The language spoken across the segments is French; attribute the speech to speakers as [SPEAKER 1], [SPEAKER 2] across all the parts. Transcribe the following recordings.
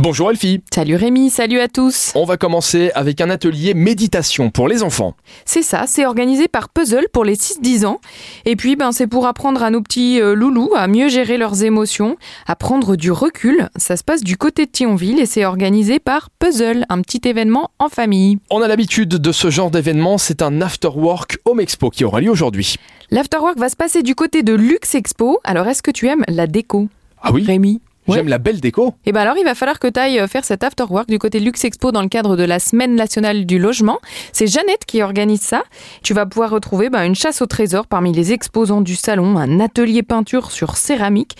[SPEAKER 1] Bonjour Elfie,
[SPEAKER 2] Salut Rémi, salut à tous.
[SPEAKER 1] on va commencer avec un atelier méditation pour les enfants.
[SPEAKER 2] C'est ça, c'est organisé par Puzzle pour les 6-10 ans. Et puis ben c'est pour apprendre à nos petits euh, loulous à mieux gérer leurs émotions, à prendre du recul. Ça se passe du côté de Thionville et c'est organisé par Puzzle, un petit événement en famille.
[SPEAKER 1] On a l'habitude de ce genre d'événement, c'est un after work home expo qui aura lieu aujourd'hui.
[SPEAKER 2] L'afterwork va se passer du côté de Lux Expo. Alors est-ce que tu aimes la déco
[SPEAKER 1] Ah oui,
[SPEAKER 2] Rémi ouais.
[SPEAKER 1] j'aime la belle déco.
[SPEAKER 2] Eh ben alors, il va falloir que tu ailles faire cet afterwork du côté Luxe Expo dans le cadre de la Semaine nationale du logement. C'est Jeannette qui organise ça. Tu vas pouvoir retrouver ben, une chasse au trésor parmi les exposants du salon, un atelier peinture sur céramique,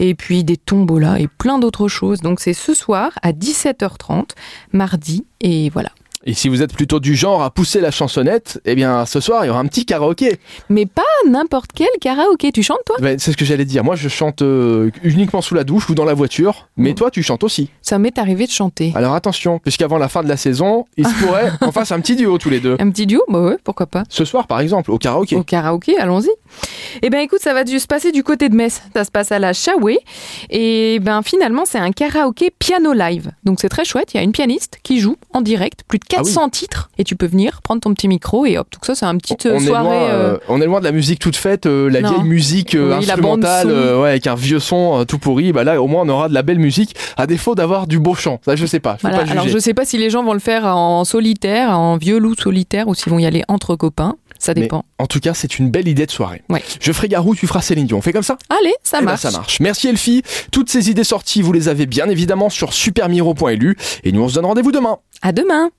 [SPEAKER 2] et puis des tombolas et plein d'autres choses. Donc c'est ce soir à 17h30, mardi, et voilà.
[SPEAKER 1] Et si vous êtes plutôt du genre à pousser la chansonnette, eh bien ce soir il y aura un petit karaoké.
[SPEAKER 2] Mais pas n'importe quel karaoké. Tu chantes toi
[SPEAKER 1] Ben, c'est ce que j'allais dire, moi je chante euh, uniquement sous la douche ou dans la voiture, mais
[SPEAKER 2] Mm.
[SPEAKER 1] toi tu chantes aussi.
[SPEAKER 2] Ça m'est arrivé de chanter.
[SPEAKER 1] Alors attention, puisqu'avant la fin de la saison, il se pourrait qu'on fasse un petit duo tous les deux.
[SPEAKER 2] Un petit duo Bah ouais, pourquoi pas.
[SPEAKER 1] Ce soir par exemple, au karaoké.
[SPEAKER 2] Au karaoké, allons-y. Eh ben écoute, ça va du- se passer du côté de Metz. Ça se passe à la Chaoué. Et ben finalement, c'est un karaoké piano live. Donc c'est très chouette. Il y a une pianiste qui joue en direct, plus de
[SPEAKER 1] Ah oui.
[SPEAKER 2] 400 titres. Et tu peux venir prendre ton petit micro et hop. Donc ça, c'est un petit
[SPEAKER 1] on
[SPEAKER 2] euh,
[SPEAKER 1] est
[SPEAKER 2] soirée.
[SPEAKER 1] loin,
[SPEAKER 2] euh,
[SPEAKER 1] euh, on est loin de la musique toute faite, euh, la
[SPEAKER 2] Non.
[SPEAKER 1] vieille musique euh,
[SPEAKER 2] Oui, la bande
[SPEAKER 1] instrumentale,
[SPEAKER 2] son.
[SPEAKER 1] euh, ouais, avec un vieux son euh, tout pourri. Bah là, au moins, on aura de la belle musique, à défaut d'avoir du beau chant. Ça, je sais pas. Je peux
[SPEAKER 2] voilà.
[SPEAKER 1] pas juger.
[SPEAKER 2] Alors je sais pas si les gens vont le faire en solitaire, en vieux loup solitaire, ou s'ils vont y aller entre copains. Ça
[SPEAKER 1] Mais-
[SPEAKER 2] dépend.
[SPEAKER 1] En tout cas, c'est une belle idée de soirée.
[SPEAKER 2] Ouais.
[SPEAKER 1] Je ferai Garou, tu feras Céline Dion. On fait comme ça
[SPEAKER 2] Allez, ça
[SPEAKER 1] Eh ben,
[SPEAKER 2] marche.
[SPEAKER 1] ça marche. Merci Elfie. Toutes ces idées sorties, vous les avez bien évidemment sur supermiro.lu. Et nous, on se donne rendez-vous demain.
[SPEAKER 2] À demain.